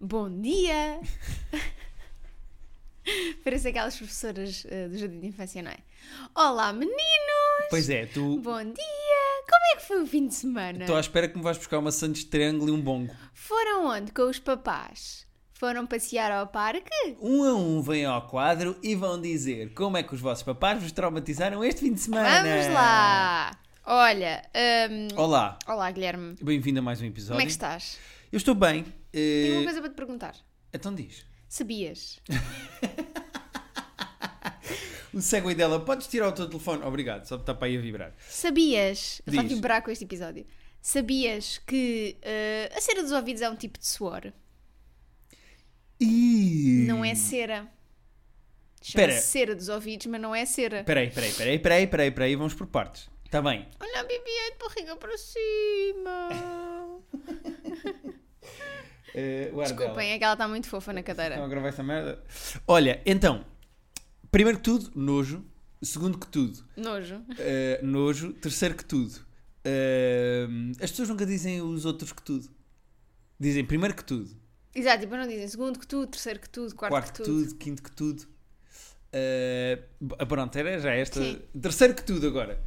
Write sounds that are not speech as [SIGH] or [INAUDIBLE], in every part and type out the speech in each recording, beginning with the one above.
Bom dia! [LAUGHS] Parece aquelas professoras eh, do Jardim de Infância, não é? Olá, meninos! Pois é, tu Bom dia! Como é que foi o fim de semana? estou à espera que me vais buscar uma Santos Triângulo e um bongo. Foram onde com os papás? Foram passear ao parque? Um a um vêm ao quadro e vão dizer como é que os vossos papás vos traumatizaram este fim de semana. Vamos lá! Olha, hum, Olá, olá Guilherme, bem-vindo a mais um episódio. como é que estás? Eu estou bem. eh, Tenho uma coisa para te perguntar. Então diz. Sabias? O segue dela, podes tirar o teu telefone? Obrigado, só está para aí a vibrar. [LAUGHS] Sabias? Eu Só Diz. vibrar com este episódio. Sabias que eh, a cera dos ouvidos é um tipo de suor? Ih. Não é cera. Pera. Chama-se cera dos ouvidos, mas não é cera. Peraí, peraí, peraí, peraí, peraí, peraí, vamos por partes. Está bem. Olha a BB-8 barriga para [LAUGHS] cima. Eh, o ar dela. Desculpem, é que ela está muito fofa na cadeira. Estão a gravar essa merda? Olha, então, primeiro que tudo, nojo. Segundo que tudo, Nojo. eh, nojo. Terceiro que tudo, eh, as pessoas nunca dizem os outros que tudo. Dizem primeiro que tudo, Exato, tipo, não dizem segundo que tudo, terceiro que tudo, quarto, quarto, que que tudo. tudo. quinto que tudo. Eh, b- pronto, era já esta. Sim. Terceiro que tudo agora.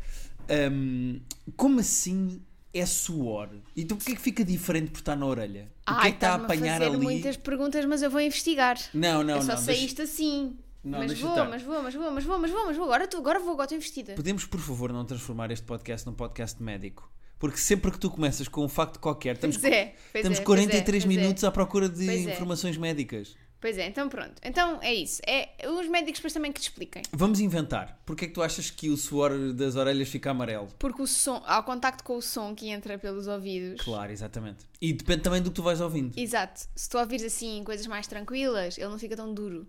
Ahm, como assim é suor? E tu porquê é que fica diferente por estar na orelha? o que é que está a estás-me apanhar fazer ali? muitas perguntas, mas eu vou investigar. Não, não, é só não. sair deixa- isto assim. Não, mas, deixa vou, estar. mas vou, mas vou, mas vou, mas vou, mas vou, agora, tu, agora vou, agora estou investida. Podemos, por favor, não transformar este podcast num podcast médico? Porque sempre que tu começas com um facto qualquer, estamos, Pois é, pois estamos é, pois 43 é, pois é. minutos à procura de Pois é. informações médicas. Pois é, então pronto. Então é isso. É, os médicos depois também que te expliquem. Vamos inventar. Porquê é que tu achas que o suor das orelhas fica amarelo? Porque o som, ao contacto com o som que entra pelos ouvidos. Claro, exatamente. E depende também do que tu vais ouvindo. Exato. Se tu ouvires assim coisas mais tranquilas, ele não fica tão duro.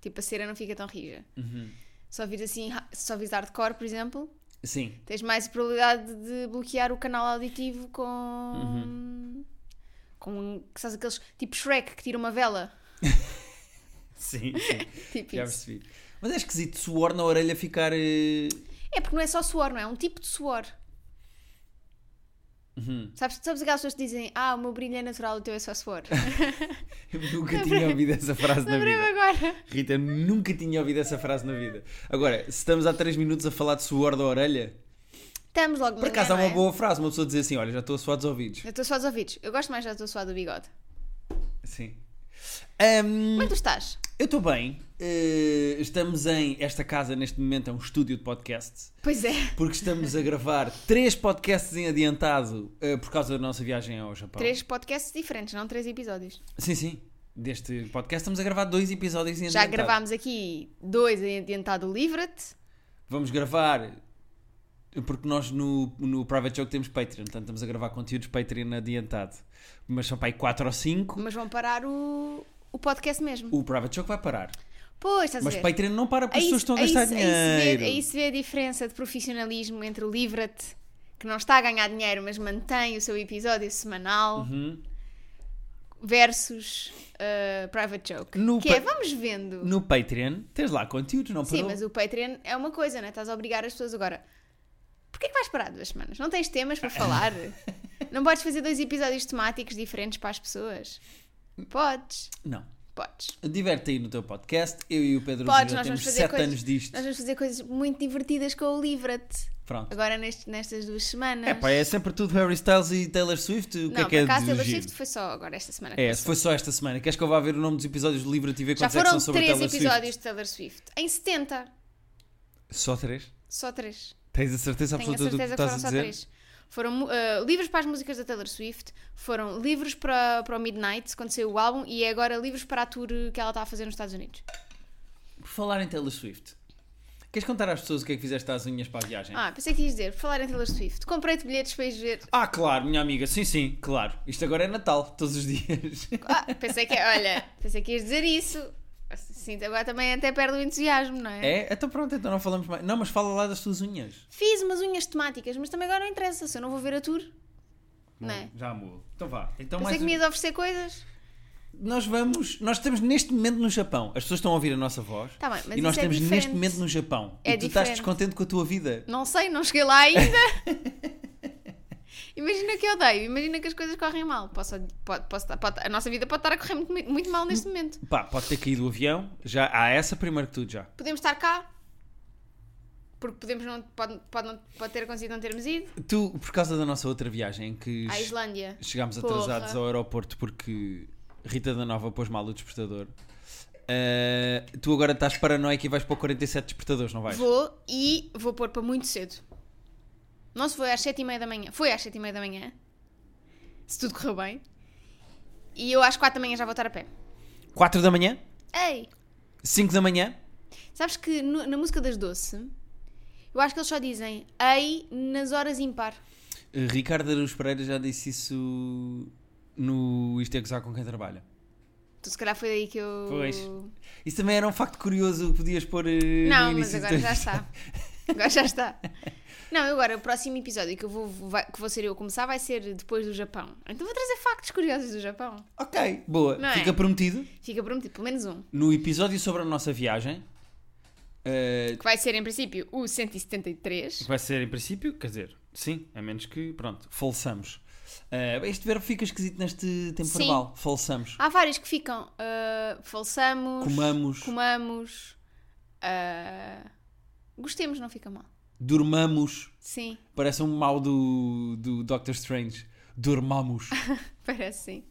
Tipo, a cera não fica tão rija. Uhum. Se ouvires assim, ra- se ouvires hardcore, por exemplo, [LAUGHS] Sim. tens mais probabilidade de bloquear o canal auditivo com. Uhum. com. sabes aqueles. tipo Shrek que tira uma vela. Sim, sim. Tipo Já isso. percebi. Mas é esquisito suor na orelha ficar. eh, [LAUGHS] É porque não é só suor, não é? É um tipo de suor. Uhum. Sabes, sabes aquelas pessoas que dizem ah, o meu brilho é natural, o teu é só [LAUGHS] suor. Eu nunca tinha ouvido essa frase na Lembrei-me vida. agora. Rita, eu nunca tinha ouvido essa frase na vida. Agora, se estamos há 3 minutos a falar de suor da orelha, Estamos logo Por manhã, acaso há não uma é? boa frase, uma pessoa dizer assim: olha, já estou a suar dos ouvidos. Eu estou só dos ouvidos. Eu gosto mais da tua suar do bigode. Sim. Ahm, Como é que tu estás? eu estou bem. Eh, estamos em. Esta casa, neste momento, é um estúdio de podcast. Pois é. Porque estamos [LAUGHS] a gravar três podcasts em adiantado eh, por causa da nossa viagem ao Japão. Três podcasts diferentes, não três episódios. Sim, sim. Deste podcast estamos a gravar dois episódios em Já adiantado. gravámos aqui dois em adiantado Livre-te. Vamos gravar. Porque nós no, no Private Joke temos Patreon, portanto estamos a gravar conteúdos Patreon adiantado. Mas são para aí 4 ou 5. mas vão parar o, o podcast mesmo. O Private Joke vai parar. Pois, estás Mas a ver. Patreon não para porque Aí as se- pessoas estão a aí se- gastar aí se vê- dinheiro. Aí se vê a diferença de profissionalismo entre o Livra-te, que não está a ganhar dinheiro, mas mantém o seu episódio semanal, Uhum. versus uh, Private Joke. No que é, pa- vamos vendo. No Patreon tens lá conteúdos, não Sim, parou? mas o Patreon é uma coisa, não é? Estás a obrigar as pessoas agora. Porquê que vais parar duas semanas? Não tens temas para [LAUGHS] falar? não podes fazer dois episódios temáticos diferentes para as pessoas? Podes, Não. podes. Diverte aí no teu podcast. Eu e o Pedro Podes, já nós temos vamos fazer 7 coisas. anos disto. Nós vamos fazer coisas muito divertidas com o Livra-te. Pronto. Agora neste- nestas duas semanas. É pá, é sempre tudo Harry Styles e Taylor Swift. O que não, é que por é acaso de Taylor giro? Swift foi só agora esta semana. que É, se passou. foi só esta semana. Queres que eu vá ver o nome dos episódios do livro e te ver Já quantos é que foram são sobre três Taylor episódios de Taylor Swift. Em 70, Swift? Só três? só três. Tens a certeza Tenho a absoluta do que certeza que estás foram a só dizer? três. Foram mu- eh, livros para as músicas da Taylor Swift, foram livros para, para o Midnight, quando saiu o álbum, e é agora livros para a tour que ela está a fazer nos Estados Unidos. Por falar em Taylor Swift, queres contar às pessoas o que é que fizeste às unhas para a viagem? Ah, pensei que ias dizer, por falar em Taylor Swift, comprei-te bilhetes para ir ver. Ah, claro, minha amiga. Sim, sim, claro. Isto agora é Natal, todos os dias. [LAUGHS] Ah, pensei [LAUGHS] que, olha, pensei que ias dizer isso. Sinto agora também até perde o entusiasmo, não é? É? Então pronto, então não falamos mais. Não, mas fala lá das tuas unhas. Fiz umas unhas temáticas, mas também agora não interessa, se eu não vou ver a tour. Não é? Já mudou. Então vá. Então Pensei mais que me um- ias oferecer coisas. Nós vamos. Nós estamos neste momento no Japão. As pessoas estão a ouvir a nossa voz. Tá bem, mas e nós isso é estamos neste diferente. momento no Japão. É e tu estás diferente. descontente com a tua vida. Não sei, não cheguei lá ainda. Imagina que eu odeio, imagina que as coisas correm mal. Posso, pode, posso, estar- pode- a nossa vida pode estar a correr muito, muito mal neste momento. Pá, pode ter caído o avião. Já, há essa primeiro que tudo já. Podemos estar cá, porque podemos não, pode, pode, não, pode ter acontecido não termos ido Tu, por causa da nossa outra viagem, que à che- Islândia. chegámos Porra. atrasados ao aeroporto porque Rita da Nova pôs mal o despertador. eh, tu agora estás paranoico e vais para o 47 despertadores, não vais? Vou e vou pôr para muito cedo. Não se foi às 7h30 da manhã. Foi às 7h30 da manhã. Se tudo correu bem. E eu às 4 da manhã já vou estar a pé. 4 da manhã? Ei! 5 da manhã? Sabes que no- na música das Doce, eu acho que eles só dizem ei nas horas impar. Eh, Ricardo Aruz Pereira já disse isso no Isto é Gozar com quem trabalha. Então se calhar foi daí que eu. Pois. Isso também era um facto curioso que podias pôr. eh, Não, no mas início agora do- já está. Agora já está. Não, eu agora o próximo episódio que eu vou, vai- que vou ser eu a começar vai ser depois do Japão. Então vou trazer factos curiosos do Japão. Ok, boa. Não é? Fica prometido. Fica prometido, pelo menos um. No episódio sobre a nossa viagem, eh, Que vai ser em princípio o 173. Vai ser em princípio, quer dizer, sim, a menos que, pronto, falsamos. Eh, este verbo fica esquisito neste tempo Sim. verbal. Falsamos. Há vários que ficam. ah, falsamos. Comamos. Comamos. ah, gostemos, não fica mal. Dormamos. Sim, [LAUGHS] Parece um mal do, do Doctor Strange. Dormamos. parece sim.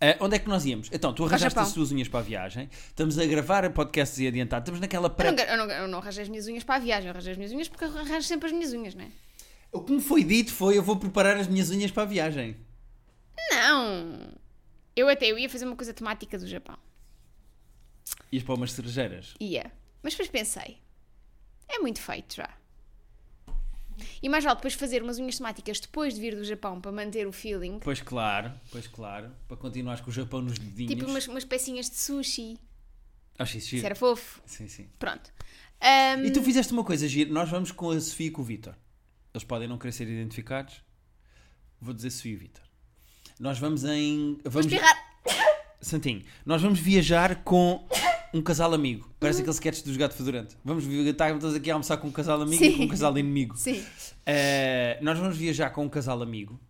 Eh, onde é que nós íamos? Então, tu arranjaste Japão. as tuas unhas para a viagem. Estamos a gravar a podcast e adiantado. Estamos naquela Eu pré... não, eu, não, eu não arranjei as minhas unhas para a viagem, eu arranjei as minhas unhas porque eu arranjo sempre as minhas unhas, não é? O que me foi dito foi eu vou preparar as minhas unhas para a viagem. Não! Eu até eu ia fazer uma coisa temática do Japão. Ias para umas cerejeiras. Ia. Mas depois pensei. É muito feito já. E mais vale depois fazer umas unhas temáticas depois de vir do Japão para manter o feeling. tipo Pois claro, pois claro. Para continuares com o Japão nos dedinhos. Tipo umas, umas pecinhas de sushi. Acho isso Isso giro. era fofo. Sim, sim. Pronto. Ahm, E tu fizeste uma coisa gira. Nós vamos com a Sofia e com o Vitor. Eles podem não querer ser identificados. Vou dizer Sofia e Vitor. Nós vamos em. vou Vamos, espirrar. Santinho, nós vamos viajar com um casal amigo. Parece aquele sketch do Gato Fedorante. Vamos viajar, estamos aqui a almoçar com um casal amigo e Sim. com um casal inimigo. Sim. Eh, nós vamos viajar com um casal amigo.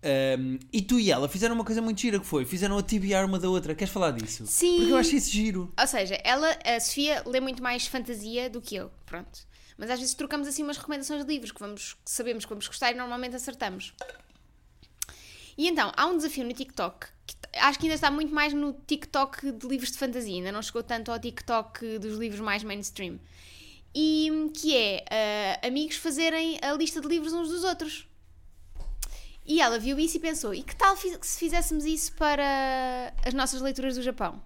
Ehm, e tu e ela fizeram uma coisa muito gira que foi: fizeram a tibiar uma da outra. Queres falar disso? Sim. Porque eu acho isso giro. Ou seja, ela, a Sofia, lê muito mais fantasia do que eu. Pronto. Mas às vezes trocamos assim umas recomendações de livros que, vamos, que sabemos que vamos gostar e normalmente acertamos. E então, há um desafio no TikTok que t- acho que ainda está muito mais no TikTok de livros de fantasia, ainda não chegou tanto ao TikTok dos livros mais mainstream. E hum, que é ah, amigos fazerem a lista de livros uns dos outros. E ela viu isso e pensou: e que tal fi- se fizéssemos isso para as nossas leituras do Japão?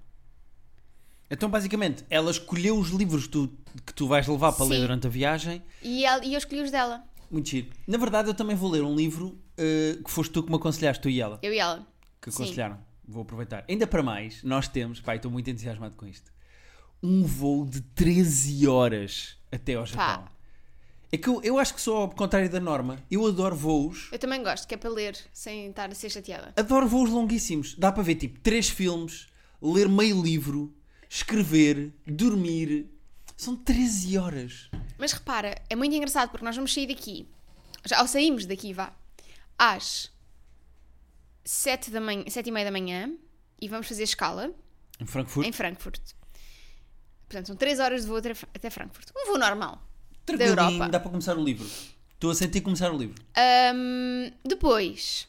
Então, basicamente, ela escolheu os livros que tu, que tu vais levar para ler Sim. durante a viagem. E, ela, e eu escolhi os dela. Muito giro. Na verdade, eu também vou ler um livro uh, que foste tu que me aconselhaste, tu e ela, Eu e ela. que Sim. aconselharam. Vou aproveitar. Ainda para mais, nós temos, pai, estou muito entusiasmado com isto, um voo de 13 horas até ao Japão. É que eu, eu acho que sou ao contrário da norma. Eu adoro voos, Eu também gosto, que é para ler sem estar a ser chateada. adoro voos longuíssimos. Dá para ver, tipo, três filmes, ler meio livro, escrever, dormir. São 13 horas. Mas repara, é muito engraçado porque nós vamos sair daqui. Já, ou saímos daqui, vá. Às 7 da manhã, sete e meia da manhã e vamos fazer escala Em Frankfurt, em Frankfurt. Portanto, são 3 horas de voo até Fra- até Frankfurt. Um voo normal. da tranquilinho, Europa. dá para começar o livro. Estou a sentir começar o livro. Ahm, depois,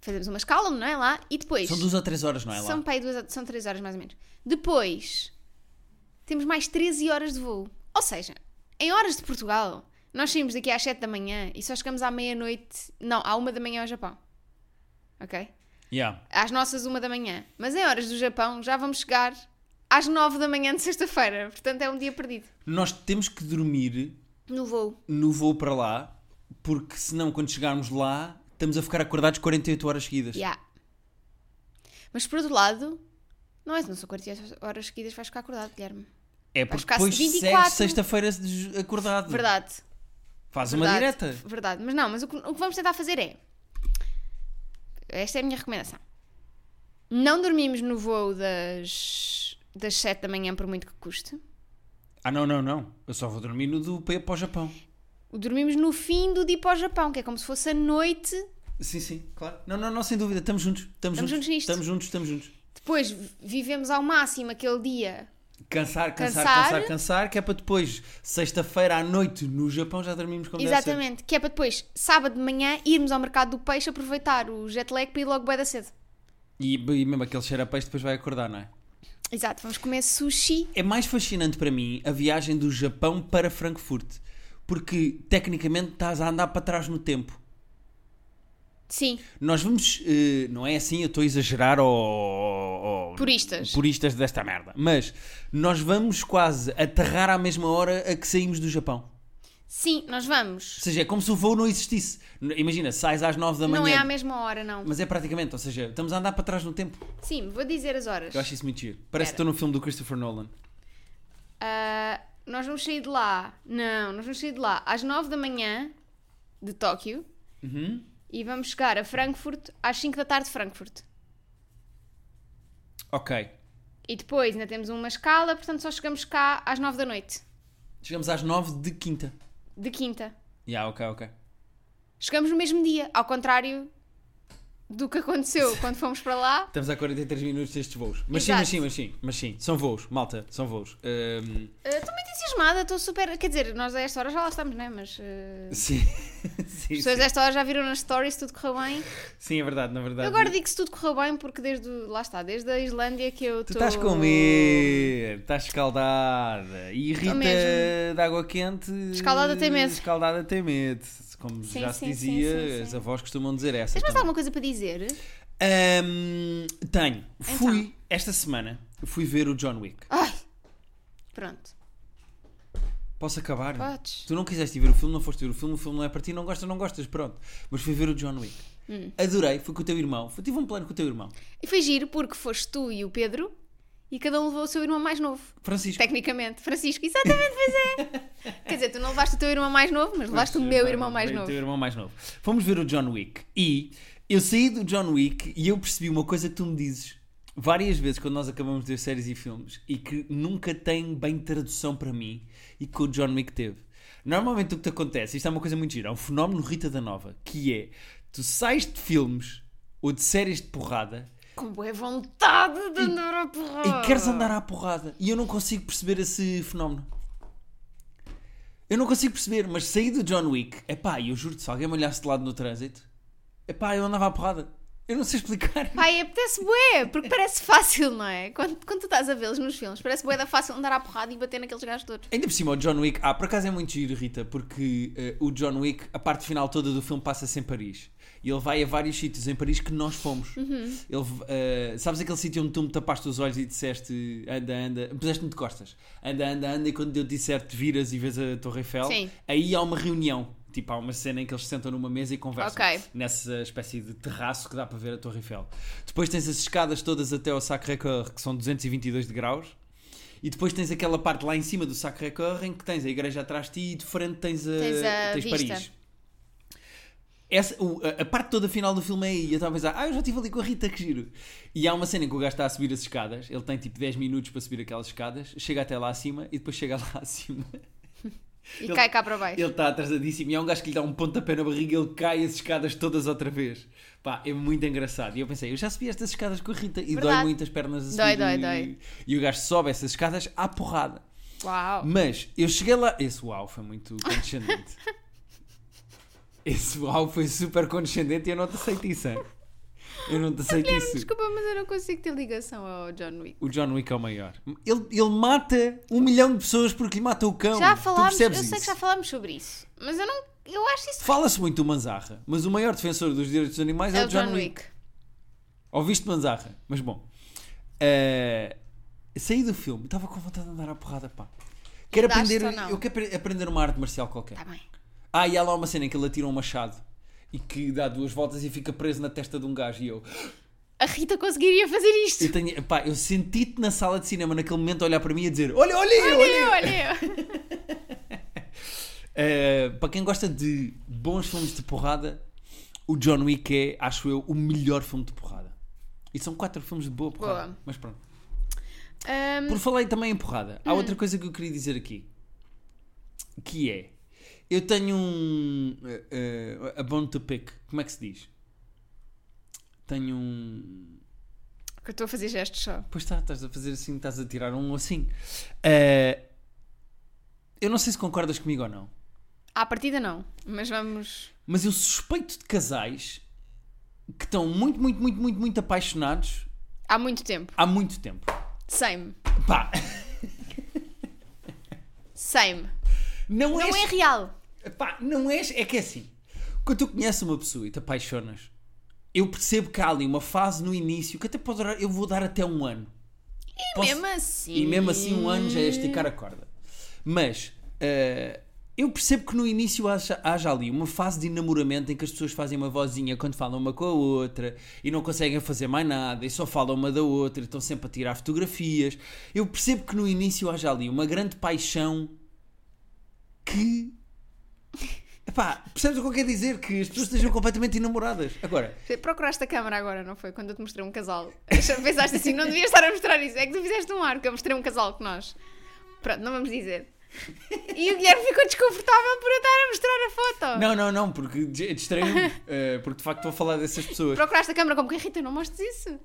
fazemos uma escala, não é lá? E depois... São duas ou três horas, não é lá? São para aí duas, são 3 horas mais ou menos. Depois, temos mais 13 horas de voo. Ou seja, em horas de Portugal, nós saímos daqui às 7 da manhã e só chegamos à meia-noite. Não, à 1 da manhã ao Japão. Ok? Yeah. Às nossas 1 da manhã. Mas em horas do Japão já vamos chegar às 9 da manhã de sexta-feira. Portanto, é um dia perdido. Nós temos que dormir No voo. no voo para lá, porque senão quando chegarmos lá, estamos a ficar acordados 48 horas seguidas. Yeah. Mas por outro lado, não é? Se não são 48 horas seguidas, vais ficar acordado, Guilherme. É porque ficar depois 24. segues sexta-feira des- acordado. Verdade. Faz uma Verdade, direta. Verdade, mas não, mas o que, o que vamos tentar fazer é. Esta é a minha recomendação. Não dormimos no voo das, das 7 da manhã, por muito que custe. Ah, não, não, não. Eu só vou dormir no do P para o Japão. Dormimos no fim do dia para o Japão, que é como se fosse a noite. Sim, sim, claro. Não, não, não, sem dúvida. Estamos juntos. Estamos Estamos, juntos juntos. nisto. Estamos juntos, estamos juntos. Depois vi- vivemos ao máximo aquele dia. Cansar, cansar, Cansar. cansar, cansar, que é para depois, sexta-feira à noite, no Japão, já dormimos como deve ser. Exatamente. Que é para depois, sábado de manhã, irmos ao mercado do peixe aproveitar o jet lag para ir logo bué da cedo. E, e mesmo aquele cheiro a peixe depois vai acordar, não é? Exato, vamos comer sushi. É mais fascinante para mim a viagem do Japão para Frankfurt, porque tecnicamente estás a andar para trás no tempo. Sim, Nós vamos, eh, não é assim, eu estou a exagerar ao, ao- Puristas. puristas desta merda, mas nós vamos quase aterrar à mesma hora a que saímos do Japão. sim, nós vamos. Ou seja, é como se o voo não existisse. N- Imagina, sais às 9 da manhã, Não é à mesma hora, não. mas é praticamente, ou seja, estamos a andar para trás no tempo. Sim, vou dizer as horas. Eu acho isso muito giro. Parece Espera. que estou num filme do Christopher Nolan. Ah, nós vamos sair de lá. Não, nós vamos sair de lá às 9 da manhã de Tóquio Uhum. e vamos chegar a Frankfurt às 5 da tarde de Frankfurt. Ok. E depois ainda temos uma escala, portanto só chegamos cá às 9 da noite, Chegamos às 9 de quinta. de quinta. Ya, ok, ok. Chegamos no mesmo dia, ao contrário do que [LAUGHS] aconteceu quando fomos para lá. Estamos a 43 minutos destes voos. Mas Exato. sim, mas sim, mas sim, mas sim. São voos, malta, são voos. Ahm, Ah, Estou muito entusiasmada, estou super. Quer dizer, nós a esta hora já lá estamos, não é? Mas. ah, sim. [LAUGHS] sim, As pessoas sim. desta hora já viram nas stories, tudo correu bem. Sim, é verdade, na verdade. Eu agora digo que se tudo correu bem porque desde, o- lá está, desde a Islândia que eu Tu estou... estás com medo, estás escaldada. E Rita mesmo. de água quente. Escaldada tem medo. Escaldada tem medo. Como Sim, já se sim, sim, dizia, sim, sim. as avós costumam dizer essas. Tens mais também. alguma coisa para dizer? Ahm, tenho. Então. Fui, esta semana, fui ver o John Wick. Ai! Pronto. Posso acabar? Podes. Tu não quiseste ir ver o filme, não foste ver o filme, o filme não é para ti, não gostas, não gostas, pronto. Mas fui ver o John Wick. Adorei, fui com o teu irmão. Fui- tive um plano com o teu irmão. E foi giro porque foste tu e o Pedro e cada um levou o seu irmão mais novo. Francisco. Tecnicamente. Francisco, exatamente, pois é. [LAUGHS] Quer dizer, tu não levaste o teu irmão mais novo, mas levaste o meu irmão mais O novo. teu irmão mais novo. Fomos ver o John Wick e eu saí do John Wick e eu percebi uma coisa que tu me dizes várias vezes quando nós acabamos de ver séries e filmes e que nunca tem bem tradução para mim e que o John Wick teve. Normalmente o que te acontece, isto é uma coisa muito gira, é um fenómeno Rita da Nova, que é tu sais de filmes ou de séries de porrada Com boa vontade de andar a porrada. e queres andar à porrada. E eu não consigo perceber esse fenómeno. Eu não consigo perceber, mas saí do John Wick, epá, eu juro-te, se alguém me olhasse de lado no trânsito, epá, eu andava à porrada. Eu não sei explicar. Pai, apetece bué, porque parece fácil, não é? Quando, quando tu estás a vê-los nos filmes, parece bué da fácil andar à porrada e bater naqueles gajos todos. Ainda por cima, o John Wick, ah, por acaso é muito giro, Rita, porque eh, o John Wick, a parte final toda do filme passa-se em Paris. E ele vai a vários sítios em Paris que nós fomos. Uhum. Ele, eh, sabes aquele sítio onde tu me tapaste os olhos e disseste anda, anda, puseste-me de costas, anda, anda, anda, e quando eu disser te viras e vês a Torre Eiffel, Sim. aí há uma reunião. Tipo, há uma cena em que eles se sentam numa mesa e conversam. Ok. Nessa espécie de terraço que dá para ver a Torre Eiffel. Depois tens as escadas todas até ao Sacré-Cœur, que são 222 de graus. E depois tens aquela parte lá em cima do Sacré-Cœur em que tens a igreja atrás de ti e de frente tens, a, Tens a tens vista. Paris. Essa, o- a, a parte toda final do filme é aí. Eu estava a pensar, ah, eu já estive ali com a Rita, que giro. E há uma cena em que o gajo está a subir as escadas. Ele tem tipo 10 minutos para subir aquelas escadas. Chega até lá acima e depois chega [LAUGHS] lá acima. E Ele- cai cá para baixo. Ele está atrasadíssimo e há um gajo que lhe dá um pontapé na barriga ele cai as escadas todas outra vez. Pá, é muito engraçado. E eu pensei, eu já subi estas escadas com a Rita e dói Verdade. muito as pernas a Dói, subir dói, e- dói. E o gajo sobe essas escadas à porrada. Uau! Mas eu cheguei lá. Esse uau foi muito condescendente. Esse uau foi super condescendente e eu não te aceito isso. hein? Eu não te aceito isso. Desculpa, mas eu não consigo ter ligação ao John Wick. O John Wick é o maior. Ele, ele mata um milhão de pessoas porque lhe mata o cão. Já Tu falámos, eu percebes sei que isso? já falámos sobre isso, mas eu não, eu acho isso Fala-se muito do Manzarra, mas o maior defensor dos direitos dos animais é, o John, Wick. Ouviste Manzarra, mas bom. Eh, saí do filme, estava com vontade de andar à porrada, pá. Quero Mudaste aprender, um- ou não? eu quero apre- aprender uma arte marcial qualquer. Está Tá bem. Ah, e há lá uma cena em que ele atira um machado e que dá duas voltas e fica preso na testa de um gajo. E eu, A Rita conseguiria fazer isto. [LAUGHS] eu, tenho- pá, eu senti-te na sala de cinema naquele momento a olhar para mim e a dizer: Olha, olha, eu, olha, eu. Olha, olha. Eh, para quem gosta de bons filmes de porrada, o John Wick é, acho eu, o melhor filme de porrada. E são quatro filmes de boa porrada. Boa. Mas pronto. Ahm, Por falar também em porrada, há outra coisa que eu queria dizer aqui. Que é. Eu tenho um. eh, eh, a bone to pick. Como é que se diz? Tenho um. Que eu estou a fazer gestos só. Pois está, estás a fazer assim, estás a tirar um assim. Eh, eu não sei se concordas comigo ou não, À partida não, mas vamos. mas eu suspeito de casais que estão muito, muito, muito, muito, muito apaixonados Há muito tempo. há muito tempo. Same. Pá, Same. não, Não é és, real. Pá, não és. É que é assim. Quando tu conheces uma pessoa e te apaixonas, eu percebo que há ali uma fase no início que até pode durar. Eu vou dar até um ano. E Posso- mesmo assim. E mesmo assim, um ano já é esticar a corda. Mas eh, eu percebo que no início haja, haja ali uma fase de enamoramento em que as pessoas fazem uma vozinha quando falam uma com a outra e não conseguem fazer mais nada e só falam uma da outra e estão sempre a tirar fotografias. Eu percebo que no início haja ali uma grande paixão que. Epá, percebes o que eu quero dizer? Que as pessoas estejam completamente enamoradas. Agora, Procuraste a câmara agora, não foi? Quando eu te mostrei um casal. [LAUGHS] Pensaste assim, não devias estar a mostrar isso. É que tu fizeste um ar, que eu mostrei um casal que nós. Pronto, não vamos dizer. E o Guilherme ficou desconfortável por eu estar a mostrar a foto. não, não, não, porque di- distraiu-me. eh, porque de facto estou a falar dessas pessoas. Procuraste a câmara como que Rita, não mostres isso.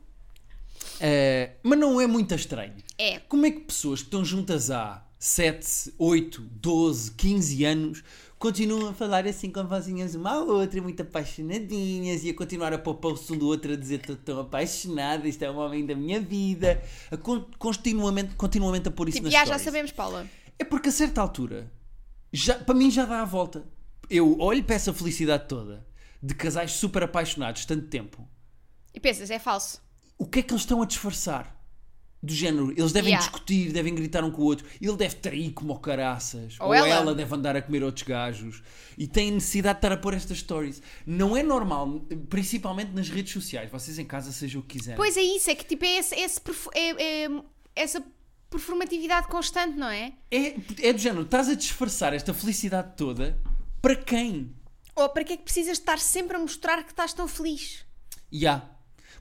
Eh, mas não é muito estranho. É. Como é que pessoas que estão juntas há 7, 8, 12, 15 anos continuam a falar assim com vozinhas uma à outra, muito apaixonadinhas e a continuar a pôr pulso do outro a dizer estou tão apaixonada, isto é um homem da minha vida, a con- continuamente, continuamente a pôr isso Tipo, nas já, já stories. sabemos, Paula. É porque a certa altura, já, para mim já dá a volta. Eu olho para essa felicidade toda de casais super apaixonados tanto tempo E pensas, é falso. o que é que eles estão a disfarçar? Do género, eles devem Yeah. discutir, devem gritar um com o outro, ele deve trair como o caraças, Ou ou, ela. ela. deve andar a comer outros gajos, e têm necessidade de estar a pôr estas stories. Não é normal, principalmente nas redes sociais, vocês em casa sejam o que quiserem. Pois é isso, é que tipo, é, esse, esse perfo- é- é essa performatividade constante, não é? É, é do género, estás a disfarçar esta felicidade toda para quem? Ou para que é que precisas estar sempre a mostrar que estás tão feliz? Ya.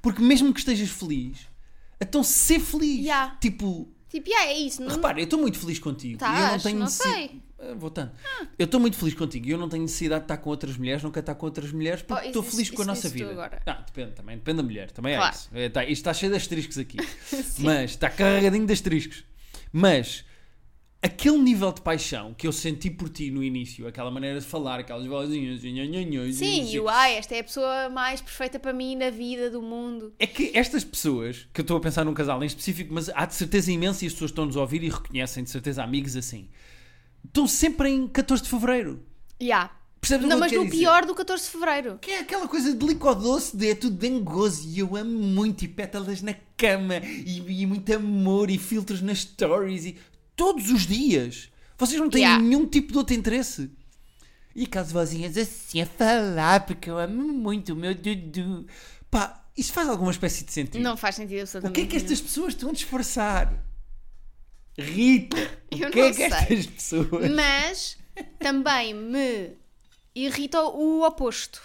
Porque mesmo que estejas feliz, então ser feliz. Ya. Tipo, Tipo, yeah, é isso. Não... Repara, eu estou muito feliz contigo. e eu não Tás, tenho não necessi- sei. Ah, Voltando. Eu estou muito feliz contigo e eu não tenho necessidade de estar com outras mulheres, nunca estar com outras mulheres, Oh, porque isso- estou feliz isso- com a isso nossa dizes tu vida. agora. Ah, depende também, depende da mulher, também Claro. é isso. É, tá- isto está cheio de [LAUGHS] asteriscos aqui. Mas está carregadinho de asteriscos. Mas aquele nível de paixão que eu senti por ti no início, aquela maneira de falar, aquelas vozinhas, Sim, e o ai, esta é a pessoa mais perfeita para mim na vida do mundo. É que estas pessoas, que eu estou a pensar num casal em específico, mas há de certeza imensa e as pessoas estão-nos a ouvir e reconhecem de certeza amigos assim, estão sempre em 14 de Fevereiro. Yeah. Percebes o Não, que eu mas quero no dizer? pior do 14 de Fevereiro. Que é aquela coisa de licodoce, de é tudo dengoso e eu amo muito, e pétalas na cama, e, e muito amor, e filtros nas stories, e todos os dias. Vocês não têm Yeah. nenhum tipo de outro interesse. E aquelas vozinhas assim a falar, porque eu amo muito o meu Dudu. Pá, isso faz alguma espécie de sentido. Não faz sentido O que absolutamente é que estas pessoas estão a disfarçar? Rita, Eu o que é não que estas pessoas. nenhum. Mas também me irrita o oposto.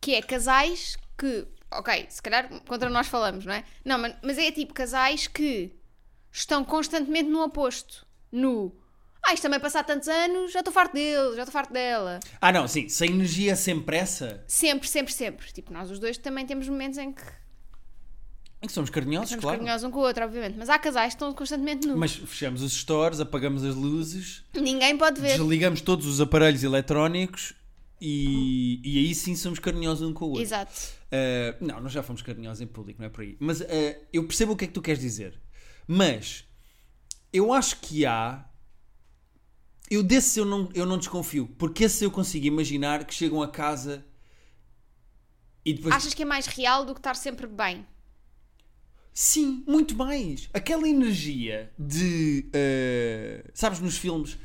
Que é casais que... Ok, se calhar contra nós falamos, não é? Não, mas, mas é tipo casais que estão constantemente no oposto. No... Ah, isto também passar tantos anos, já estou farto dele, já estou farto dela. Ah, não, sim, sem energia, sem pressa. Sempre, sempre, sempre. Tipo, nós os dois também temos momentos em que É que somos carinhosos, somos claro. carinhosos um com o outro, obviamente. Mas há casais que estão constantemente nus. Mas fechamos os stores, apagamos as luzes, Ninguém pode ver. desligamos todos os aparelhos eletrónicos e, e aí sim somos carinhosos um com o outro. Exato. Uh, não, nós já fomos carinhosos em público, não é por aí. Mas uh, eu percebo o que é que tu queres dizer. Mas eu acho que há. Eu desse eu não, eu não desconfio. Porque esse eu consigo imaginar que chegam a casa e depois. Achas que é mais real do que estar sempre bem? Sim, muito mais. Aquela energia de. eh, sabes, nos filmes,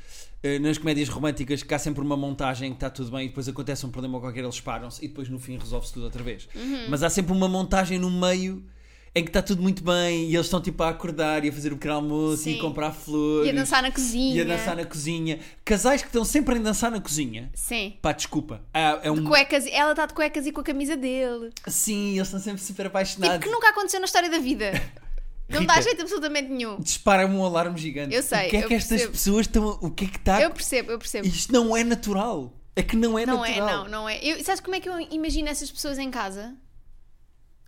eh, nas comédias românticas, que há sempre uma montagem que está tudo bem e depois acontece um problema qualquer, eles param-se e depois no fim resolve-se tudo outra vez. Uhum. Mas há sempre uma montagem no meio em que está tudo muito bem e eles estão tipo a acordar e a fazer o pequeno almoço e Sim. a comprar flores E a dançar na e cozinha. a dançar na cozinha. Casais que estão sempre a dançar na cozinha. Sim. Pá, desculpa. Ah, é um... Cuecas, ela está de cuecas e com a camisa dele. Sim, eles estão sempre super Tipo, apaixonados. [LAUGHS] que nunca aconteceu na história da vida. Não Rita, dá jeito absolutamente nenhum. Dispara-me um alarme gigante. Eu sei, O que é eu que estas percebo. pessoas estão. a- O que é que está. Eu percebo, eu percebo. Isto não é natural. É que não é não natural. é, não, não é. Eu, sabes como é que eu imagino essas pessoas em casa?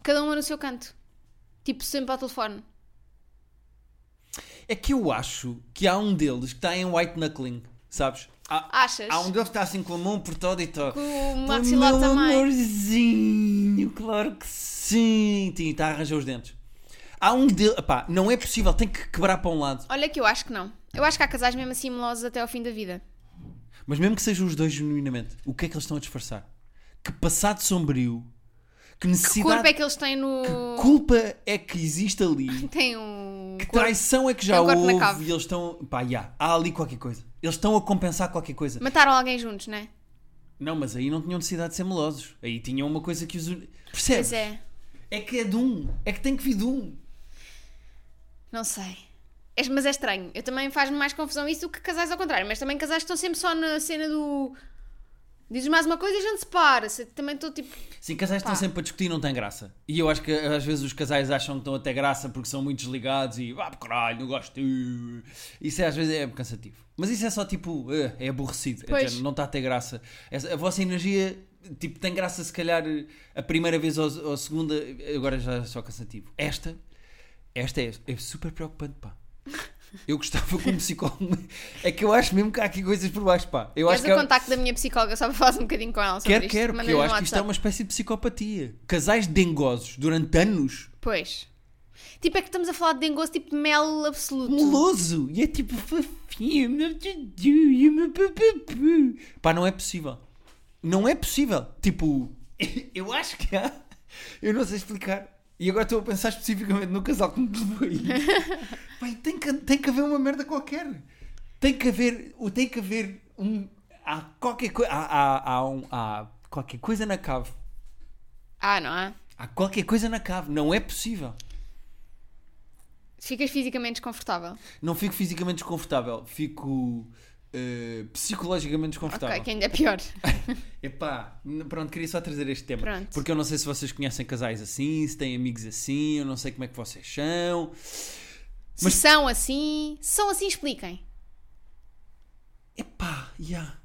Cada uma no seu canto. Tipo, sempre ao telefone. É que eu acho que há um deles que está em white knuckling, sabes? Há, Achas? há um deles que está assim com a mão por todo e todo. Com o Pô, maxilar meu também. amorzinho, claro que sim. Sim, está a arranjar os dentes. Há um deles. Epá, não é possível, tem que quebrar para um lado. Olha que eu acho que não. Eu acho que há casais mesmo assim melosos até ao fim da vida. Mas mesmo que sejam os dois genuinamente, o que é que eles estão a disfarçar? Que passado sombrio, Que corpo que necessidade. é que eles têm no... Culpa é que existe ali. Têm um... Que corpo. traição é que já Tem um corpo na houve cave. e eles estão. Pá, já, há ali qualquer coisa. Eles estão a compensar qualquer coisa. Mataram alguém juntos, não é? Não, mas aí não tinham necessidade de ser melosos. Aí tinham uma coisa que os une. Percebes? Pois é. É que é de um. É que tem que vir de um. Não sei. É- mas é estranho. Eu também faz-me mais confusão isso do que casais ao contrário. Mas também casais que estão sempre só na cena do... Dizes mais uma coisa e a gente separa-se. Também estou tipo... Sim, casais Pá. estão sempre a discutir e não tem graça. E eu acho que às vezes os casais acham que estão até graça porque são muito desligados e vá ah, caralho, não gosto. de ti." Isso é, às vezes é cansativo. Mas isso é só tipo, eh, é aborrecido. É Pois. género, não está a ter graça. Essa- A vossa energia, tipo, tem graça se calhar a primeira vez ou, ou a segunda, agora já é só cansativo. Esta, esta é, é super preocupante, pá. Eu gostava como psicólogo. É que eu acho mesmo que há aqui coisas por baixo, pá. Eu Queres acho que é o há- contacto da minha psicóloga só para falar um bocadinho com ela sobre Quer, isto? quer, porque Manda-lhe eu um acho que isto é WhatsApp. uma espécie de psicopatia. Casais dengosos durante anos, Pois. Tipo, é que estamos a falar de dengoso tipo mel absoluto. meloso, e é tipo fofinho, meu tudu, e meu pupupu. Pá, não é possível. Não é possível. Tipo, [LAUGHS] eu acho que há. Eu não sei explicar. E agora estou a pensar especificamente no casal que me levou aí. [LAUGHS] Bem, tem que, tem que haver uma merda qualquer. Tem que haver. o- Tem que haver um. Há qualquer coisa. Há, há, há, um, há qualquer coisa na cave. Ah, não é? Há qualquer coisa na cave, não é possível. Ficas fisicamente desconfortável. Não fico fisicamente desconfortável, fico eh, psicologicamente desconfortável. Ok, que ainda é pior. [LAUGHS] Epá, n- pronto, queria só trazer este tema. Pronto. Porque eu não sei se vocês conhecem casais assim, se têm amigos assim, eu não sei como é que vocês são. Mas- Se são assim, se são assim, expliquem. Epá, já.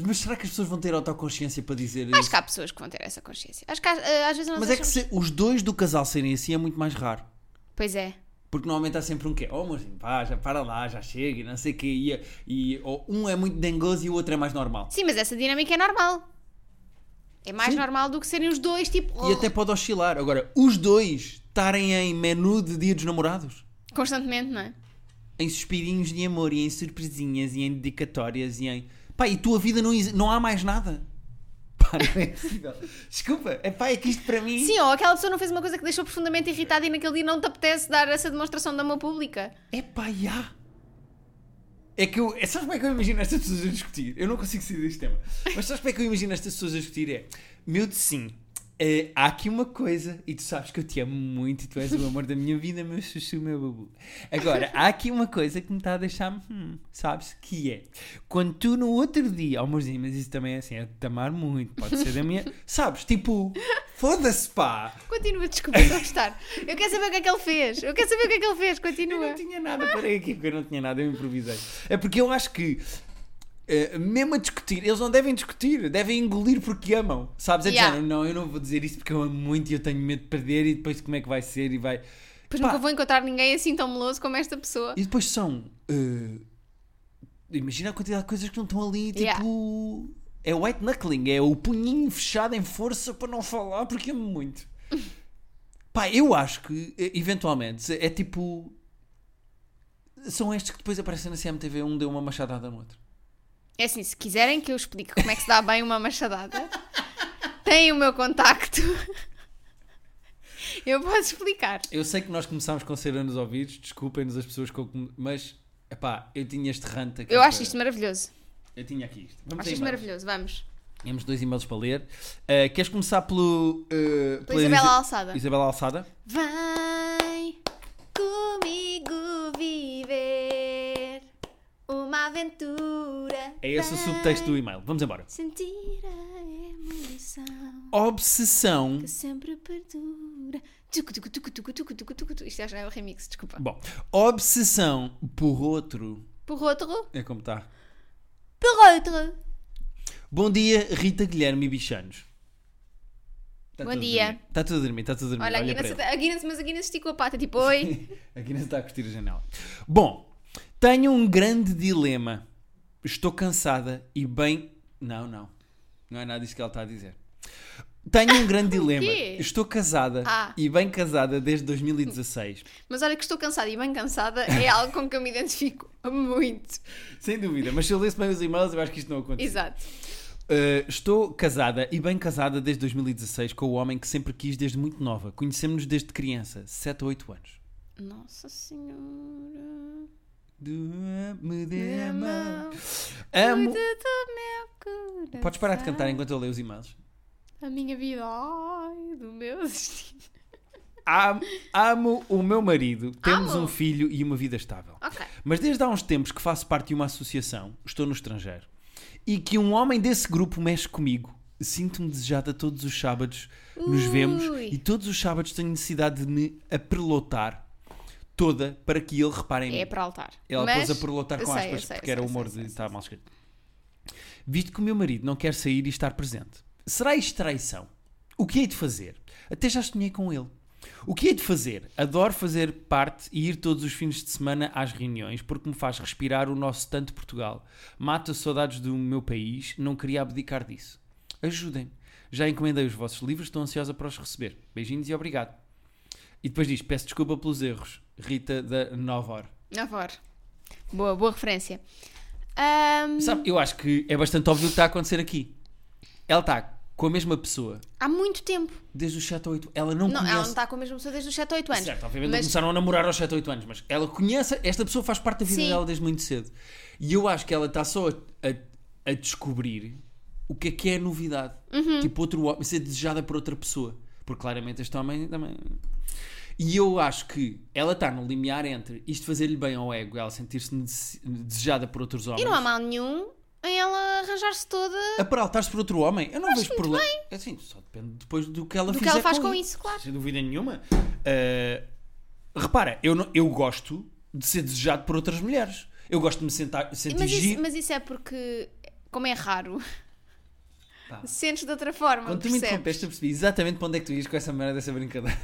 Mas será que as pessoas vão ter autoconsciência para dizer Acho isso? que há pessoas que vão ter essa consciência. Acho que há- eh, às vezes nós Mas é que achamos... se os dois do casal serem assim é muito mais raro. Pois é. Porque normalmente há sempre um que é, oh mozinho, pá, já para lá, já chega e não sei o quê. E, e, ou um é muito dengoso e o outro é mais normal. Sim, mas essa dinâmica é normal. É mais Sim. normal do que serem os dois, tipo, E até pode oscilar. Agora, os dois estarem em menu de dia dos namorados, constantemente, não é? em suspirinhos de amor e em surpresinhas e em dedicatórias e em. Pá, e tua vida não, exi- não há mais nada. [LAUGHS] Pá, não é possível. Desculpa, é pá, é que isto para mim. Sim, ou aquela pessoa não fez uma coisa que deixou profundamente irritada e naquele dia não te apetece dar essa demonstração de amor pública. É pá, já. É que eu. É, sabes como é que eu imagino estas pessoas a discutir? Eu não consigo sair deste tema. Mas sabes como é que eu imagino estas pessoas a discutir? É. Meu de sim. eh, há aqui uma coisa, e tu sabes que eu te amo muito e tu és o amor da minha vida, meu chuchu, meu babu. Agora, há aqui uma coisa que me está a deixar, hum, sabes? Que é quando tu no outro dia, oh, amorzinho, mas isso também é assim, é de te amar muito, pode ser da minha. Sabes? Tipo, foda-se, pá! Continua, [LAUGHS] desculpa, estou a gostar. Eu quero saber o que é que ele fez. Eu quero saber o que é que ele fez. Eu Continua. não tipo, tinha nada, parei aqui porque eu não tinha nada, eu improvisei. É porque eu acho que, eh, mesmo a discutir, eles não devem discutir, devem engolir porque amam. Sabes? É de Yeah. género, não, eu não vou dizer isso porque eu amo muito e eu tenho medo de perder e depois como é que vai ser e vai. Pois Pá, nunca vou encontrar ninguém assim tão meloso como esta pessoa. E depois são. eh, imagina a quantidade de coisas que não estão ali, tipo. Yeah. É white knuckling, é o punhinho fechado em força para não falar porque amo [LAUGHS] muito. Pá, eu acho que, eh, eventualmente, se- é tipo. São estes que depois aparecem na CMTV, um deu uma machadada no outro. É assim, se quiserem que eu explique como é que se dá bem uma machadada, [LAUGHS] têm o meu contacto. [LAUGHS] Eu posso explicar. Eu sei que nós começámos com cera nos ouvidos, desculpem-nos as pessoas que eu. come- Mas, epá, eu tinha este rant aqui. Eu acho para- isto maravilhoso. Eu tinha aqui isto. Vamos Acho isto a e-mails. maravilhoso. Vamos. Temos dois e-mails para ler. Eh, queres começar pelo. eh, Pela Isabela Alçada. Isabela Alçada. Vai comigo viver uma aventura. É esse o Vai subtexto do e-mail. Vamos embora. Sentir a emoção Obsessão que sempre perdura. Tucu, tucu, tucu, tucu, tucu, tucu, tucu, tucu. Isto já é o remix, desculpa. Bom, obsessão por outro. Por outro, É como está. por outro. Bom dia, Rita Guilherme e Bichanos. Tá Bom tudo a dia. dormir. Está tudo a dormir, está tudo a dormir. Olha, a Olha Guinness, para a Guinness, mas a Guinness esticou a pata, tipo, oi. [LAUGHS] Aqui não está a curtir a janela. Bom, tenho um grande dilema. Estou cansada e bem. Não, não. Não é nada disso que ela está a dizer. Tenho um grande [LAUGHS] dilema. quê? Estou casada Ah. e bem casada desde 2016. Mas olha que estou cansada e bem cansada é algo com que eu me identifico [LAUGHS] muito. Sem dúvida, mas se eu lesse bem os e-mails, eu acho que isto não acontece. Exato. Uh, estou casada e bem casada desde 2016 com o homem que sempre quis desde muito nova. Conhecemos-nos desde criança, 7 ou 8 anos. Nossa Senhora. Me dê a mão. Amo. Amo. Cuida do meu coração. Podes parar de cantar enquanto eu leio os e-mails? A minha vida, ai, do meu destino. Am- Amo, o meu marido, temos Amo. um filho e uma vida estável. Ok. Mas desde há uns tempos que faço parte de uma associação, estou no estrangeiro, e que um homem desse grupo mexe comigo. Sinto-me desejada todos os sábados, nos Ui. vemos, e todos os sábados tenho necessidade de me aprelotar toda para que ele repare em mim. É para altar. Ela Mas- pôs a perlotar eu com sei, eu aspas sei, eu porque era sei, o eu humor sei, de eu sei, estar mal escrito. Visto que o meu marido não quer sair e estar presente, será isto traição? O que hei de fazer? Até já sonhei com ele. O que hei de fazer? Adoro fazer parte e ir todos os fins de semana às reuniões porque me faz respirar o nosso tanto Portugal. Mato as saudades do meu país, não queria abdicar disso. Ajudem-me. Já encomendei os vossos livros, estou ansiosa para os receber. Beijinhos e obrigado. E depois diz: peço desculpa pelos erros. Rita da Novor. Na vor. Boa, boa referência. Ahm, Sabe, eu acho que é bastante óbvio o que está a acontecer aqui. Ela está com a mesma pessoa há muito tempo. desde os 7 ou 8 Ela não, Não, conhece. ela não está com a mesma pessoa desde os 7 ou 8 anos. Certo, obviamente Mas- começaram a namorar aos 7 ou 8 anos, mas ela conhece. Esta pessoa faz parte da vida Sim. dela desde muito cedo. E eu acho que ela está só a, a- a descobrir o que é que é a novidade. Uhum. Tipo, outro homem ser desejada por outra pessoa. Porque claramente este homem também. E eu acho que ela está no limiar entre isto fazer-lhe bem ao ego, ela sentir-se nece- desejada por outros homens. E não há mal nenhum em ela arranjar-se toda a peraltar-se por outro homem, eu não vejo problema. Assim, só depende depois do que ela do fizer. que ela faz com isso, claro. Sem dúvida nenhuma. Ah, repara, eu, não- eu gosto de ser desejado por outras mulheres. Eu gosto de me sentar, sentir Mas isso, giro. mas isso é porque, como é raro, Pá. [LAUGHS] sentes de outra forma. Quando tu me percebes? interrompeste, eu percebi exatamente para onde é que tu ias com essa merda dessa [LAUGHS] brincadeira.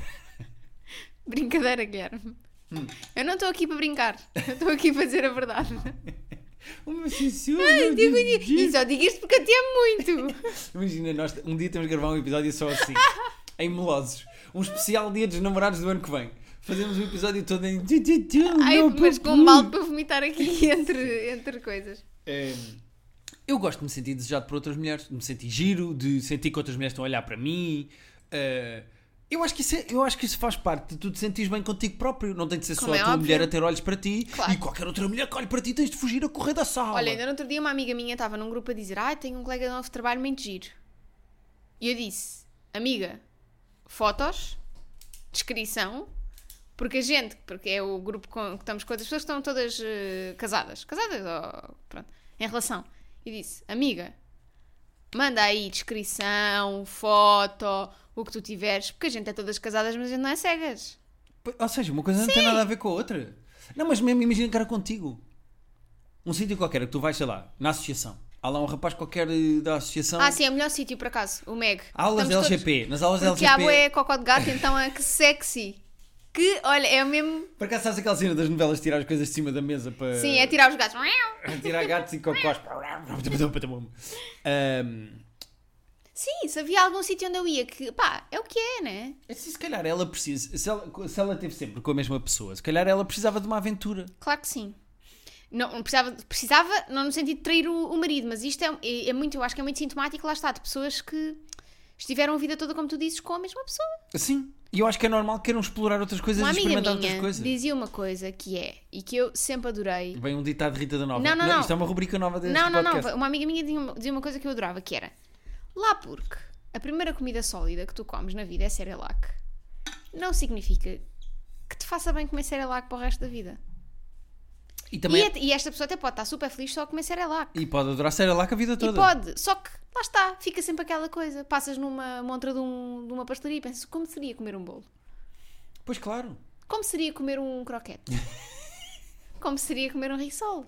Brincadeira, Guilherme. Eu não estou aqui para brincar. Eu estou aqui para dizer a verdade. Oh, meu senhor, meu Digo- Deus, e só digo isto porque eu te amo muito. tipo, Imagina, nós um dia temos de gravar um episódio só [LAUGHS] assim, em Melozes. Um especial dia dos namorados do ano que vem. Fazemos um episódio todo em. Ai, Não, mas com um papai. balde para vomitar aqui [LAUGHS] entre, entre coisas. Hum, eu gosto de me sentir desejado por outras mulheres, de me sentir giro, de sentir que outras mulheres estão a olhar para mim. Uh, eu, acho que isso é- eu acho que isso faz parte de tu te sentires bem contigo próprio. Não tem de ser Como só é a tua óbvio. mulher a ter olhos para ti Claro. e qualquer outra mulher que olhe para ti tens de fugir a correr da sala. Olha, ainda no outro dia uma amiga minha estava num grupo a dizer: Ai, tenho um colega novo de trabalho muito giro. E eu disse: Amiga, fotos, descrição, porque a gente, porque é o grupo com, que estamos com outras pessoas que estão todas eh, casadas. Casadas, ou, pronto, em relação. E disse: Amiga, manda aí descrição, foto, o que tu tiveres, porque a gente é todas casadas, mas a gente não é cegas. Ou seja, uma coisa não tem nada a ver com a outra. Não, mas mesmo imagina que era contigo. Um sítio qualquer que tu vais, sei lá, na associação. Há lá um rapaz qualquer eh, da associação. Ah, sim, é o melhor sítio, por acaso, o Meg. Aulas Estamos todos- LGP. Nas aulas Porque LGP. a é cocó de gato, então é que sexy. Que, olha, é o mesmo. Por acaso sabes aquela cena das novelas de tirar as coisas de cima da mesa para. Sim, é tirar os gatos. Tirar gatos e cocós. Ahm, Sim, se havia algum sítio onde eu ia, que pá, é o que é, né? assim, se calhar ela precisa. Se ela, se ela teve sempre com a mesma pessoa, se calhar ela precisava de uma aventura. Claro que sim. Não, não precisava, precisava, não no sentido de trair o, o marido, mas isto é, é, é muito, eu acho que é muito sintomático, lá está, de pessoas que estiveram a vida toda, como tu dizes, com a mesma pessoa. Sim. E eu acho que é normal queiram explorar outras coisas Uma e amiga experimentar outras minha coisas. dizia uma coisa que é, e que eu sempre adorei, Vem um ditado de Rita da Nova. Não, não, não. Isto é uma rubrica nova deste Não, não, podcast. não. Uma amiga minha dizia uma- dizia uma coisa que eu adorava, que era lá porque a primeira comida sólida que tu comes na vida é Cerelac. Não significa que te faça bem comer Cerelac para o resto da vida. E, E, também, é- at- e esta pessoa até pode estar super feliz só a comer Cerelac. e pode adorar ser lá com a vida E toda. pode, só que lá está, fica sempre aquela coisa. Passas numa montra de, um- de uma pastelaria e pensas como seria comer um bolo. Pois claro. Como seria comer um [LAUGHS] croquete? Como seria comer um risol?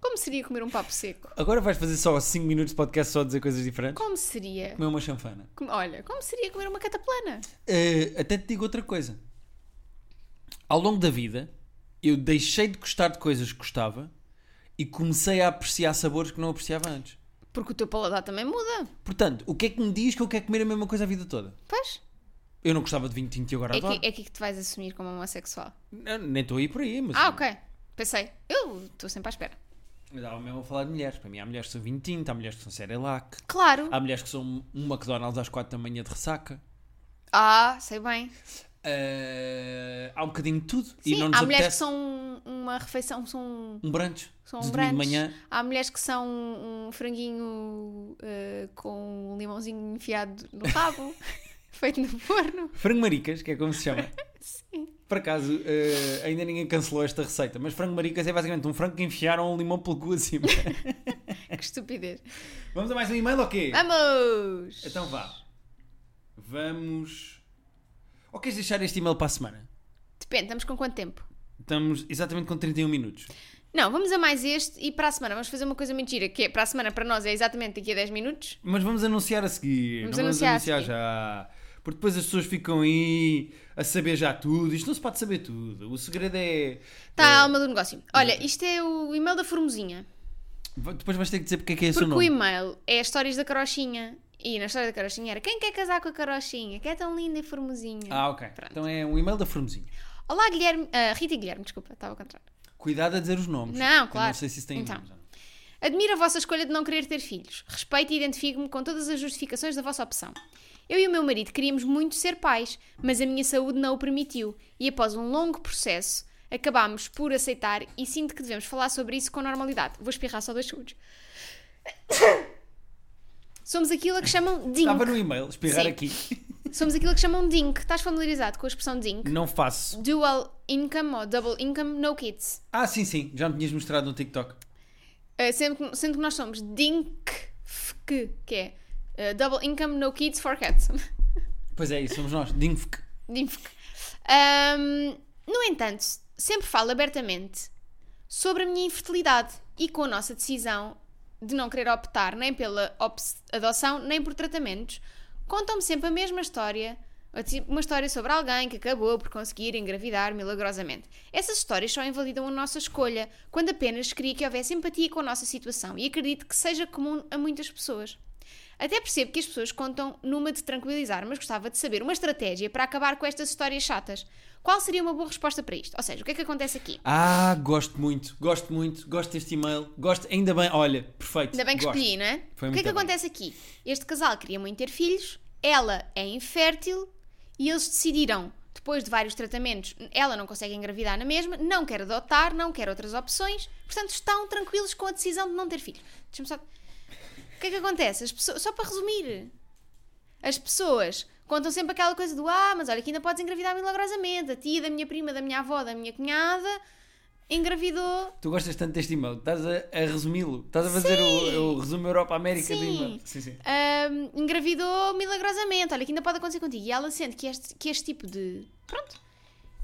Como seria comer um papo seco? Agora vais fazer só 5 minutos de podcast só a dizer coisas diferentes? Como seria. Comer uma chanfana. com- Olha, como seria comer uma cataplana? Eh, até te digo outra coisa. Ao longo da vida, eu deixei de gostar de coisas que gostava e comecei a apreciar sabores que não apreciava antes. Porque o teu paladar também muda. Portanto, o que é que me diz que eu quero comer a mesma coisa a vida toda? Pois. Eu não gostava de vinho tinto e agora É adoro. aqui, é aqui que te vais assumir como homossexual. Não, nem estou aí por aí, mas Ah, ok. Pensei. Eu estou sempre à espera. eu dava mesmo a falar de mulheres. Para mim, há mulheres que são vinho tinto, há mulheres que são Cerelac, Claro. há mulheres que são um McDonald's às 4 da manhã de ressaca. Ah, sei bem. Eh, há um bocadinho de tudo. e Sim, não nos há mulheres que apetece são um- uma refeição, são um- um brunch. são de um domingo brunch. de manhã. Há mulheres que são um franguinho eh, com um limãozinho enfiado no rabo, [LAUGHS] feito no [LAUGHS] forno. Frango maricas, que é como se chama. [LAUGHS] Sim. Por acaso, eh, ainda ninguém cancelou esta receita, mas frango maricas é basicamente um frango que enfiaram um limão pelo cu acima. [LAUGHS] Que estupidez. Vamos a mais um e-mail ou quê? Vamos! Então vá. Vamos. Ou queres deixar este e-mail para a semana? Depende, estamos com quanto tempo? Estamos exatamente com 31 minutos. Não, vamos a mais este e para a semana vamos fazer uma coisa mentira, que é, para a semana para nós é exatamente daqui a 10 minutos. Mas vamos anunciar a seguir. Vamos não anunciar a vamos anunciar seguir. já. Porque depois as pessoas ficam aí a saber já tudo. Isto não se pode saber tudo. O segredo é. Está a alma do negócio. Olha, isto é o e-mail da Formosinha. Va- Depois vais ter que dizer porque é que é esse o Porque o nome. e-mail é histórias da carochinha. E na história da carochinha era quem quer casar com a carochinha, que é tão linda e formosinha. Ah, ok. Pronto. Então é um e-mail da Formosinha. Olá, Guilherme. ah, Rita e Guilherme, desculpa, estava ao contrário. Cuidado a dizer os nomes. Não, Eu claro. não sei se isso tem Então. nomes. ou não. Admiro a vossa escolha de não querer ter filhos. Respeito e identifico-me com todas as justificações da vossa opção. Eu e o meu marido queríamos muito ser pais, mas a minha saúde não o permitiu e após um longo processo acabámos por aceitar e sinto que devemos falar sobre isso com normalidade. Vou espirrar só dois segundos. Somos aquilo a que chamam Estava DINK. no e-mail, espirrar Sim. aqui. Somos aquilo a que chamam DINK. Estás familiarizado com a expressão DINK? [LAUGHS] Não faço. Dual income ou double income, no kids. Ah, sim, sim. Já me tinhas mostrado no TikTok. Uh, sendo, que, sendo que nós somos DINKFK, que é uh, Double Income No Kids for Cats. [LAUGHS] Pois é, isso somos nós. Dingfk. DINKFK. Um, no entanto, sempre falo abertamente sobre a minha infertilidade e com a nossa decisão de não querer optar nem pela obs- adoção nem por tratamentos, contam-me sempre a mesma história, ou tipo, uma história sobre alguém que acabou por conseguir engravidar milagrosamente. Essas histórias só invalidam a nossa escolha, quando apenas queria que houvesse empatia com a nossa situação e acredito que seja comum a muitas pessoas. Até percebo que as pessoas contam numa de tranquilizar, mas gostava de saber uma estratégia para acabar com estas histórias chatas. Qual seria uma boa resposta para isto? Ou seja, o que é que acontece aqui? Ah, gosto muito. Gosto muito. Gosto deste e-mail. Gosto. Ainda bem. Olha, perfeito. Ainda bem que gosto. escolhi, não é? Foi o que é muito que bem. acontece aqui? Este casal queria muito ter filhos, ela é infértil e eles decidiram, depois de vários tratamentos, ela não consegue engravidar na mesma, não quer adotar, não quer outras opções, portanto estão tranquilos com a decisão de não ter filhos. Deixa-me só. O que é que acontece? As pessoas... Só para resumir, as pessoas contam sempre aquela coisa do ah, mas olha que ainda podes engravidar milagrosamente, a tia da minha prima, da minha avó, da minha cunhada engravidou Tu gostas tanto deste e-mail. Estás a, a resumi-lo. Estás a fazer o, o resumo Europa-América do Sim. e-mail. Sim, sim. Ahm, engravidou milagrosamente. Olha, que ainda pode acontecer contigo. E ela sente que este, que este tipo de. Pronto.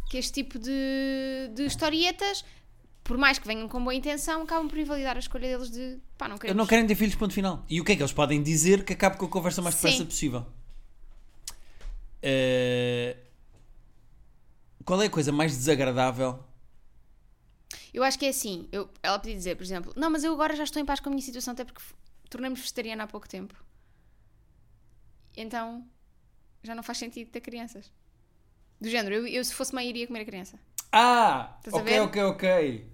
Que este tipo de, de historietas, por mais que venham com boa intenção, acabam por invalidar a escolha deles de. pá, não Eu queremos. não querem ter filhos, ponto final. E o que é que eles podem dizer que acabe com a conversa mais Sim. depressa possível? Eh, Qual é a coisa mais desagradável? Eu acho que é assim. Eu, ela podia dizer, por exemplo, não, mas eu agora já estou em paz com a minha situação, até porque f- tornei-me vegetariana há pouco tempo. Então. já não faz sentido ter crianças. Do género, eu, eu se fosse mãe iria comer a criança. Ah! Estás a Ok, ver? ok, ok.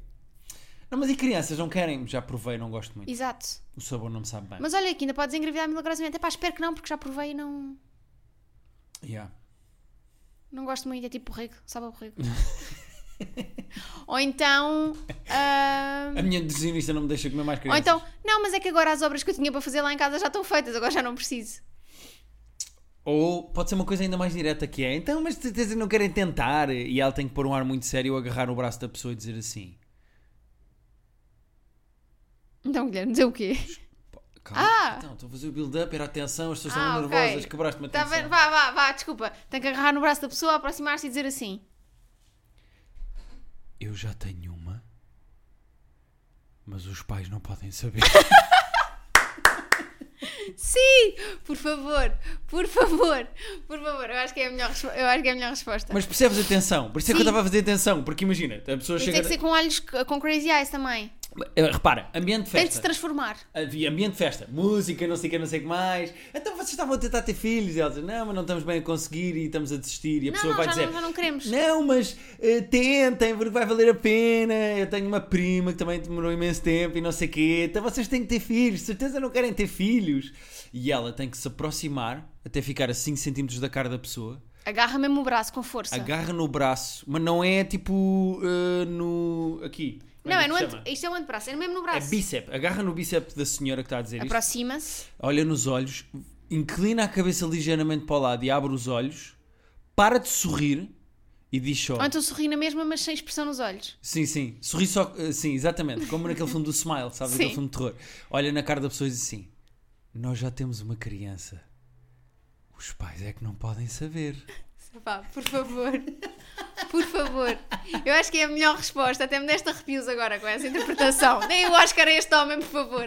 Não, mas e crianças não querem? Já provei, não gosto muito. Exato. O sabor não me sabe bem. Mas olha, que ainda podes engravidar milagrosamente. Epá, espero que não, porque já provei e não, Yeah. não gosto muito. É tipo borrego, sabe a [LAUGHS] borrego. Ou então... ah, A minha nutricionista não me deixa comer mais Ou crianças. então, não, mas é que agora as obras que eu tinha para fazer lá em casa já estão feitas, agora já não preciso. Ou pode ser uma coisa ainda mais direta que é. Então, mas de certeza não querem tentar. E ela tem que pôr um ar muito sério, agarrar o braço da pessoa e dizer assim: Então, Guilherme, dizer o quê? Calma. Ah! Então, estou a fazer o build-up, era atenção, as pessoas Ah, estavam ok. nervosas, quebraste-me a Tá atenção. bem, vá, vá, vá, desculpa. Tem que agarrar no braço da pessoa, aproximar-se e dizer assim. Eu já tenho uma, mas os pais não podem [LAUGHS] saber. Sim! Por favor, por favor, por favor. Eu acho que é a melhor, respo- eu acho que é a melhor resposta. mas percebes a tensão, por isso é que eu Sim. estava a fazer atenção, porque imagina, a pessoa Isto chega. tem que ser com olhos c- com crazy eyes também. Eh, Repara, ambiente de Tem de se festa. transformar. Havia ambiente de festa, música, não sei o que, não sei o que mais. Então vocês estavam a tentar ter filhos, e elas dizem, não, mas não estamos bem a conseguir e estamos a desistir. E a Não, pessoa não, vai já dizer, não- já não queremos. Não, mas eh, tentem, porque vai valer a pena. Eu tenho uma prima que também demorou imenso tempo e não sei o quê. Então vocês têm que ter filhos, de certeza não querem ter filhos. E ela tem que se aproximar até ficar a 5 centímetros da cara da pessoa. Agarra mesmo o braço com força. Agarra no braço, mas não é tipo eh, no. aqui. Como Não, é que no se ante... chama? isto é o antebraço, é mesmo no É braço. bíceps. Agarra no bíceps da senhora que está a dizer isto. Aproxima-se. Olha nos olhos, inclina a cabeça ligeiramente para o lado e abre os olhos, para de sorrir e diz só. Ou então sorri na mesma, mas sem expressão nos olhos. Sim, sim. Sorri só. eh, Sim, exatamente. Como naquele filme do Smile, sabes? Sim. Aquele filme de terror. Olha na cara da pessoa e diz assim: Nós já temos uma criança. Os pais é que não podem saber. Pá, por favor. [LAUGHS] Por favor. Eu acho que é a melhor resposta. Até me deste arrepios agora com essa [LAUGHS] interpretação. Deem o Oscar a este homem, por favor.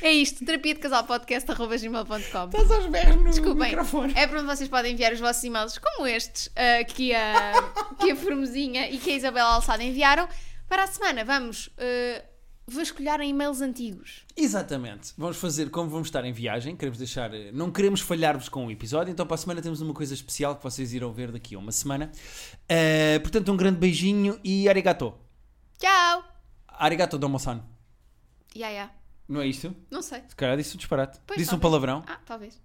É isto. Terapia de casal podcast arroba gmail.com. Estás aos berros no Desculpem, é para onde vocês podem enviar os vossos e-mails, como estes, ah, que, a, que a Formosinha e que a Isabela Alçada enviaram. Para a semana, vamos ah, vasculhar em e-mails antigos. Exatamente. Vamos fazer como vamos estar em viagem, queremos deixar, eh, não queremos falhar-vos com o episódio, então para a semana temos uma coisa especial que vocês irão ver daqui a uma semana. Eh, portanto, um grande beijinho e arigato. Tchau! Arigato domo-san. Ya, ya. Não é isto? Não sei. Ah, Se calhar disse um disparate. Pois, disse um talvez. palavrão. Ah, talvez.